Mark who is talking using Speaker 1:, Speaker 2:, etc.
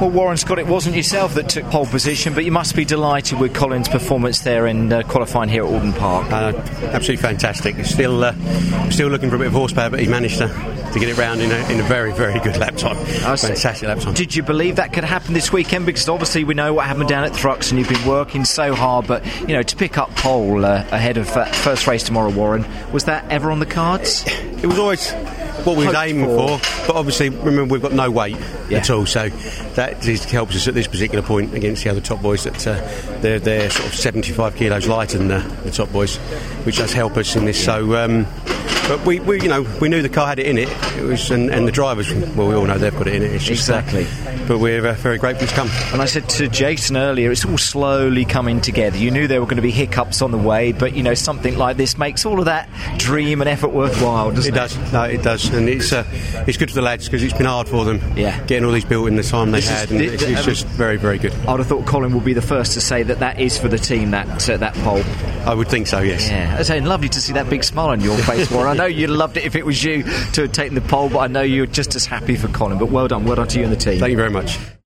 Speaker 1: Well, Warren Scott, it wasn't yourself that took pole position, but you must be delighted with Colin's performance there in uh, qualifying here at Alden Park.
Speaker 2: Uh, absolutely fantastic. Still, uh, still looking for a bit of horsepower, but he managed to, to get it round in a, in a very, very good lap time. Fantastic lap time.
Speaker 1: Did you believe that could happen this weekend? Because obviously we know what happened down at Thrux, and you've been working so hard. But you know, to pick up pole uh, ahead of that first race tomorrow, Warren, was that ever on the cards?
Speaker 2: It was always what we was
Speaker 1: Hoped
Speaker 2: aiming
Speaker 1: for.
Speaker 2: for. but obviously, remember we've got no weight
Speaker 1: Yeah.
Speaker 2: at all, so that just helps us at this particular point against the other top boys. That uh, they're they're sort of 75 kilos lighter than the, the top boys, which does help us in this. So. Um, but we, we, you know, we knew the car had it in it. It was, and, and the drivers, well, we all know they've got it in it. It's just, uh,
Speaker 1: Exactly.
Speaker 2: but we're uh, very grateful to come.
Speaker 1: And I said to Jason earlier, it's all slowly coming together. You knew there were going to be hiccups on the way, but you know something like this makes all of that dream and effort worthwhile, doesn't
Speaker 2: It
Speaker 1: it?
Speaker 2: does. No, it does, and it's uh, it's good for the lads because it's been hard for them.
Speaker 1: Yeah.
Speaker 2: getting all these built in the time they
Speaker 1: This is-
Speaker 2: had, and
Speaker 1: thi-
Speaker 2: it's, it's
Speaker 1: um,
Speaker 2: just very, very good.
Speaker 1: I'd have thought Colin would be the first to say that that is for the team that uh, that pole.
Speaker 2: I would think so. Yes.
Speaker 1: Yeah, it's saying lovely to see that big smile on your face, Warren. I know you'd have loved it if it was you to have taken the pole, but I know you're just as happy for Colin. But well done, well done to you and the team.
Speaker 2: Thank you very much.